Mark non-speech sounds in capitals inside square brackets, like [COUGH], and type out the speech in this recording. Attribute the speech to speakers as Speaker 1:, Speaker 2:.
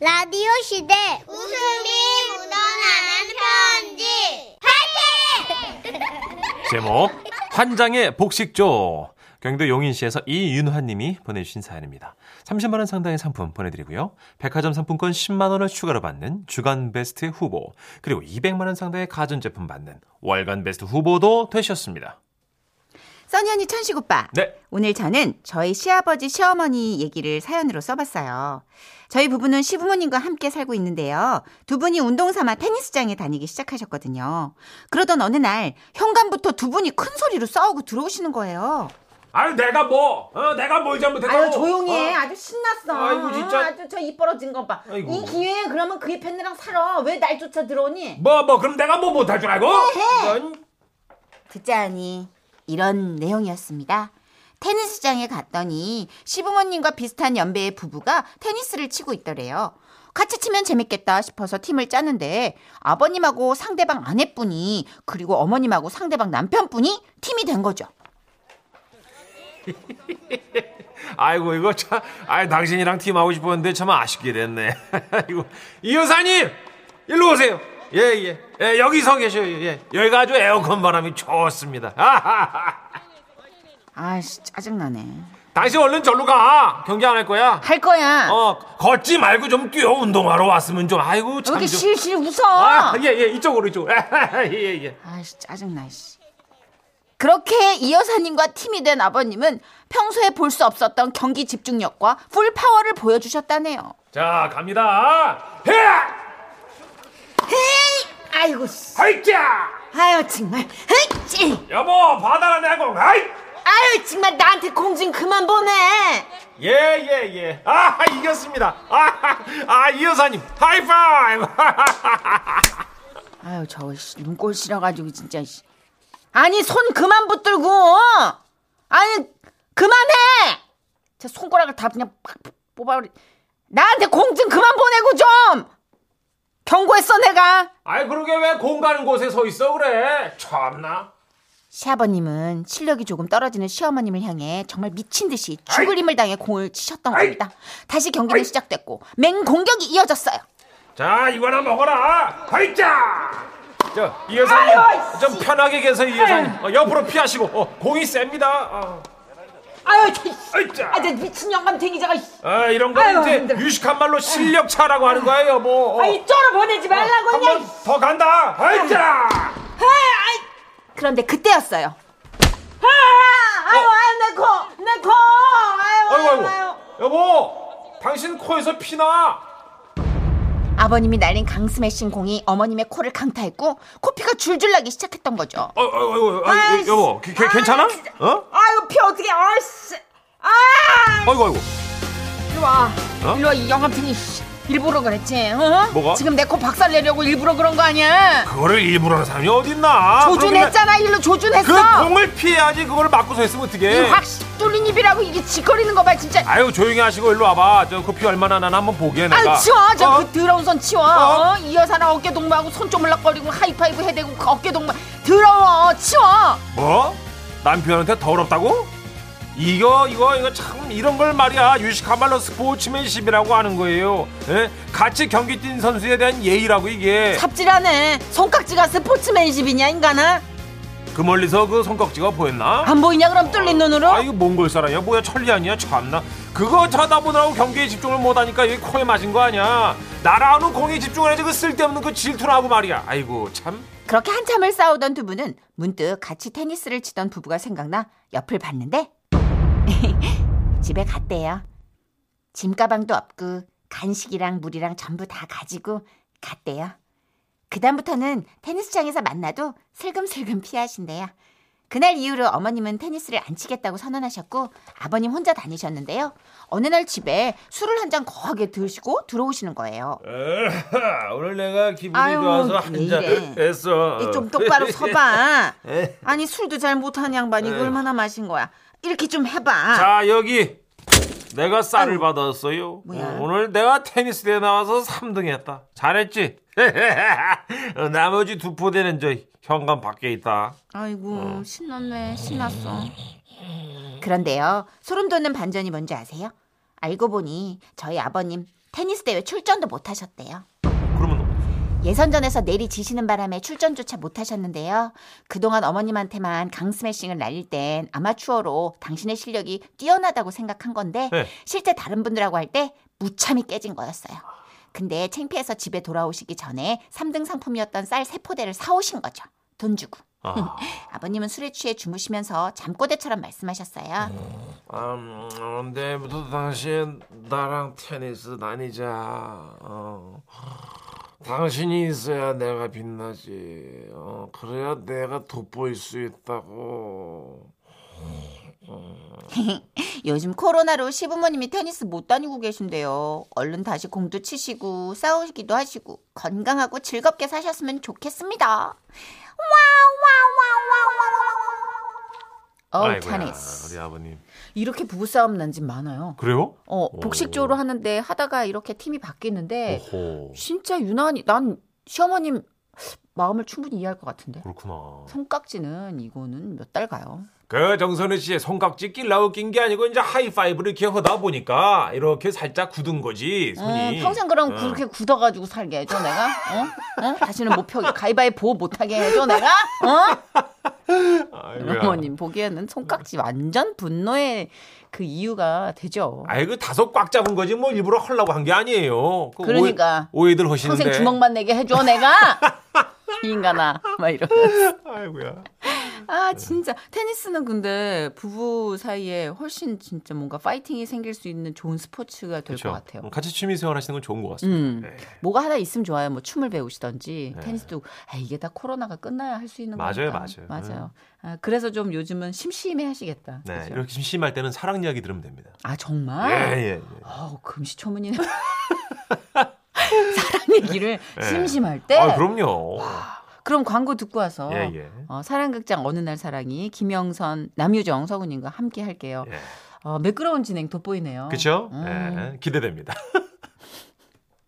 Speaker 1: 라디오 시대 웃음이 묻어나는 편지
Speaker 2: 제목 환장의 복식조 경기도 용인시에서 이윤화님이 보내주신 사연입니다. 30만 원 상당의 상품 보내드리고요. 백화점 상품권 10만 원을 추가로 받는 주간 베스트 후보 그리고 200만 원 상당의 가전제품 받는 월간 베스트 후보도 되셨습니다.
Speaker 3: 써니 언니 천식 오빠.
Speaker 2: 네,
Speaker 3: 오늘 저는 저희 시아버지 시어머니 얘기를 사연으로 써봤어요. 저희 부부는 시부모님과 함께 살고 있는데요. 두 분이 운동 삼아 테니스장에 다니기 시작하셨거든요. 그러던 어느 날 현관부터 두 분이 큰 소리로 싸우고 들어오시는 거예요.
Speaker 4: 아유 내가 뭐 어, 내가 뭘 잘못했다고
Speaker 5: 아유 조용히 해. 아주 신났어.
Speaker 4: 아이고, 진짜.
Speaker 5: 아주 저 이뻐러진 것 봐.
Speaker 4: 아이고.
Speaker 5: 이 기회에 그러면 그의 팬들랑 살아. 왜 날 쫓아 들어오니?
Speaker 4: 뭐 뭐 그럼 내가 뭐 못할 줄 알고
Speaker 5: 네,
Speaker 4: 넌
Speaker 3: 듣자하니 이런 내용이었습니다. 테니스장에 갔더니 시부모님과 비슷한 연배의 부부가 테니스를 치고 있더래요. 같이 치면 재밌겠다 싶어서 팀을 짜는데 아버님하고 상대방 아내분이 그리고 어머님하고 상대방 남편분이 팀이 된 거죠.
Speaker 2: 아이고 이거 참, 아 당신이랑 팀 하고 싶었는데 참 아쉽게 됐네. [LAUGHS] 이거 이 여사님 일로 오세요. 예 예. 예, 여기 서 계셔요. 예. 여기가 아주 에어컨 바람이 좋습니다. [LAUGHS] 아하하.
Speaker 3: 아씨 짜증나네.
Speaker 2: 당신 얼른 절로 가. 경기 안 할 거야.
Speaker 3: 할 거야.
Speaker 2: 어 걷지 말고 좀 뛰어 운동하러 왔으면 좀 아이고
Speaker 3: 왜
Speaker 2: 참
Speaker 3: 이렇게
Speaker 2: 좀.
Speaker 3: 실실 웃어?
Speaker 2: 아예예 이쪽으로 [LAUGHS] 이쪽. 예예 예.
Speaker 3: 아씨 짜증나 씨. 그렇게 이 여사님과 팀이 된 아버님은 평소에 볼 수 없었던 경기 집중력과 풀 파워를 보여주셨다네요.
Speaker 2: 자 갑니다. 해.
Speaker 5: 아이고 씨.
Speaker 2: 하이자.
Speaker 5: 아유 정말. 헤이찌.
Speaker 2: 여보 받아라 내공. 하이.
Speaker 5: 아유 정말 나한테 공 좀 그만 보내.
Speaker 2: 예예 예, 예. 아 이겼습니다. 아이 여사님 하이파이브. [LAUGHS]
Speaker 3: 아유 저 씨, 눈꼴 싫어가지고 진짜 씨.
Speaker 5: 아니 손 그만 붙들고.
Speaker 3: 어?
Speaker 5: 아니 그만해. 제 손가락을 다 그냥 팍 뽑아버리. 나한테 공 좀 그만 보내고 좀. 경고했어 내가.
Speaker 2: 아이 그러게 왜 공 가는 곳에 서 있어 그래. 참나.
Speaker 3: 시아버님은 실력이 조금 떨어지는 시어머님을 향해 정말 미친 듯이 죽을 힘을 당해 공을 치셨던 겁니다. 다시 경기는 시작됐고 맹공격이 이어졌어요.
Speaker 2: 자 이거나 먹어라. 하이자. 저이 여사님 좀 편하게 계세요 이 여사님. 어, 옆으로 피하시고 어, 공이 셉니다. 아.
Speaker 5: 아유 저.
Speaker 2: 아이짜.
Speaker 5: 아저 미친 영감탱이자가. 씨.
Speaker 2: 아 이런 거
Speaker 5: 아유,
Speaker 2: 이제
Speaker 5: 힘들어.
Speaker 2: 유식한 말로 실력 차라고 하는 거야 여보. 어.
Speaker 5: 아 이쪽으로 보내지 말라고 그냥.
Speaker 2: 한번 더 간다. 하이자.
Speaker 3: 그런데 그때였어요.
Speaker 5: 아, 아유,
Speaker 2: 어.
Speaker 5: 아유, 내 코, 내 코, 아유,
Speaker 2: 아이고
Speaker 5: 아유,
Speaker 2: 아이고.
Speaker 5: 아유.
Speaker 2: 여보 당신 코에서 피나.
Speaker 3: 아버님이 날린 강스매싱 공이 어머님의 코를 강타했고 코피가 줄줄 나기 시작했던 거죠.
Speaker 2: 어, 어, 어, 어, 아,
Speaker 5: 아이씨.
Speaker 2: 여보, 개- 개- 괜찮아?
Speaker 5: 아이씨.
Speaker 2: 어?
Speaker 5: 아유, 피 어떻게, 아이씨. 아,
Speaker 2: 아이고, 아이고.
Speaker 3: 일로 와.
Speaker 2: 어?
Speaker 3: 일로 와, 이 영감탱이. 씨. 일부러 그랬지, 어?
Speaker 2: 뭐가?
Speaker 3: 지금 내 코 박살 내려고 일부러 그런 거 아니야?
Speaker 2: 그거를 일부러 하는 사람이 어딨나?
Speaker 3: 조준했잖아, 일로 조준했어!
Speaker 2: 그러면 그 공을 예. 피해야지 그걸 맞고서 했으면
Speaker 3: 이
Speaker 2: 어떡해.
Speaker 3: 확 뚫린 입이라고 이게 지껄이는 거 봐, 진짜.
Speaker 2: 아유, 조용히 하시고 일로 와봐. 저그 커피 얼마나 나나 한번 보게, 내가.
Speaker 3: 아유, 치워! 저
Speaker 2: 어?
Speaker 3: 그 더러운 손 치워!
Speaker 2: 어?
Speaker 3: 어? 이 여사는 어깨 동무하고 손 쪼물락거리고 하이파이브 해대고 그 어깨 동무. 더러워! 치워!
Speaker 2: 뭐? 남편한테 더럽다고? 이거 이거 이거 참 이런 걸 말이야 유식한 말로 스포츠맨십이라고 하는 거예요. 예? 같이 경기 뛴 선수에 대한 예의라고 이게.
Speaker 5: 삽질하네. 손깍지가 스포츠맨십이냐, 인간아?
Speaker 2: 그 멀리서 그 손깍지가 보였나?
Speaker 5: 안 보이냐, 그럼 뚫린 눈으로?
Speaker 2: 아 이거 몽골 사람이야 뭐야 천리 아니야 참나 그거 쳐다보느라고 경기에 집중을 못하니까 이게 코에 맞은 거 아니야 날아오는 공에 집중을 해야지 그 쓸데없는 그 질투나고 말이야 아이고 참
Speaker 3: 그렇게 한참을 싸우던 두 분은 문득 같이 테니스를 치던 부부가 생각나 옆을 봤는데 [LAUGHS] 집에 갔대요. 짐 가방도 없고 간식이랑 물이랑 전부 다 가지고 갔대요. 그다음부터는 테니스장에서 만나도 슬금슬금 피하신대요. 그날 이후로 어머님은 테니스를 안 치겠다고 선언하셨고 아버님 혼자 다니셨는데요. 어느 날 집에 술을 한 잔 거하게 드시고 들어오시는 거예요.
Speaker 2: 오늘 내가 기분이
Speaker 3: 아유, 좋아서 한왜 잔 이래.
Speaker 2: 했어 네.
Speaker 3: 이 좀 똑바로 서봐. 아니 술도 잘 못하는 양반이 이걸 얼마나 마신 거야. 이렇게 좀 해봐.
Speaker 2: [LAUGHS] 자 여기 내가 쌀을 받았어요
Speaker 3: 뭐야?
Speaker 2: 오늘 내가 테니스 대회 나와서 3등 했다 잘했지 [LAUGHS] 어, 나머지 두 포대는 저 현관 밖에 있다
Speaker 3: 아이고
Speaker 2: 어.
Speaker 3: 신났네 신났어. 그런데요 소름 돋는 반전이 뭔지 아세요? 알고 보니 저희 아버님
Speaker 5: 테니스 대회 출전도 못 하셨대요.
Speaker 4: 그러면
Speaker 5: 예선전에서 내리지시는 바람에 출전조차 못 하셨는데요. 그동안 어머님한테만 강스매싱을 날릴 땐 아마추어로 당신의 실력이 뛰어나다고 생각한 건데
Speaker 4: 네.
Speaker 5: 실제 다른 분들하고 할 때 무참히 깨진 거였어요. 근데 창피해서 집에 돌아오시기 전에 3등 상품이었던 쌀 세포대를 사오신 거죠. 돈 주고.
Speaker 4: 아,
Speaker 5: 아버님은 술에 취해 주무시면서 잠꼬대처럼 말씀하셨어요.
Speaker 2: 음, 언제부터 당신 나랑 테니스 다니자. 어. 당신이 있어야 내가 빛나지. 어, 그래야 내가 돋보일 수 있다고.
Speaker 5: 요즘 코로나로 시부모님이 테니스 못 다니고 계신데요. 얼른 다시 공도 치시고 싸우기도 하시고 건강하고 즐겁게 사셨으면 좋겠습니다. 와우 와우 와우 와우 와우. 어
Speaker 4: 아이고야,
Speaker 5: 테니스.
Speaker 4: 우리 아버님.
Speaker 3: 이렇게 부부싸움 난 집 많아요.
Speaker 4: 그래요?
Speaker 3: 어,
Speaker 4: 오.
Speaker 3: 복식조로 하는데 하다가 이렇게 팀이
Speaker 5: 네.
Speaker 3: 바뀌는데
Speaker 4: 오호,
Speaker 3: 진짜 유난히 난 시어머님 마음을 충분히 이해할 것 같은데.
Speaker 4: 그렇구나.
Speaker 3: 손깍지는 이거는 몇 달 가요.
Speaker 2: 그 정선우 씨의 손깍지 낄라고 낀 게 아니고 이제 하이파이브를 이렇게 하다 보니까 이렇게 살짝 굳은 거지 손이. 음.
Speaker 3: 어,
Speaker 5: 음,
Speaker 3: 평생 그럼 그렇게 굳어가지고 살게 해줘 내가. 어? 어? 다시는 못 펴. 가위바위보 못하게 해줘 내가. 어?
Speaker 4: 아이고야.
Speaker 3: 어머님 보기에는 손깍지 완전 분노의 그 이유가 되죠.
Speaker 4: 그
Speaker 2: 아이고 다소 꽉 잡은 거지 뭐 일부러 하려고 한 게 아니에요. 그
Speaker 3: 그러니까.
Speaker 2: 오해, 오해들 하시는데.
Speaker 3: 평생 주먹만 내게 해줘
Speaker 2: [LAUGHS]
Speaker 3: 내가. 이 인간아 막 이러면서.
Speaker 2: 아이고야.
Speaker 3: 아
Speaker 4: 네.
Speaker 3: 진짜 테니스는 근데 부부 사이에 훨씬 진짜 뭔가 파이팅이 생길 수 있는 좋은 스포츠가 될 것
Speaker 4: 그렇죠.
Speaker 3: 같아요.
Speaker 4: 같이 취미 생활 하시는 건 좋은 것 같습니다.
Speaker 3: 음.
Speaker 4: 네.
Speaker 3: 뭐가 하나 있으면 좋아요. 뭐 춤을 배우시던지 테니스도 아, 이게 다 코로나가 끝나야 할 수 있는
Speaker 4: 맞아요,
Speaker 3: 거니까.
Speaker 4: 맞아요. 음.
Speaker 3: 아, 그래서 좀 요즘은 심심해 하시겠다.
Speaker 4: 네,
Speaker 3: 그죠?
Speaker 4: 이렇게 심심할 때는 사랑 이야기 들으면 됩니다.
Speaker 3: 아
Speaker 4: 예,
Speaker 3: 정말?
Speaker 4: 예, 예.
Speaker 3: 어 금시초문이네. [LAUGHS] 사랑 얘기를 심심할 때.
Speaker 4: 예. 아, 그럼요.
Speaker 3: 그럼 광고 듣고 와서
Speaker 4: 예, 예.
Speaker 3: 어, 사랑극장 어느 날 사랑이 김영선, 남유정, 서훈님과 함께 할게요.
Speaker 4: 예.
Speaker 3: 어, 매끄러운 어, 진행 돋보이네요.
Speaker 4: 그렇죠?
Speaker 3: 음.
Speaker 4: 예, 기대됩니다.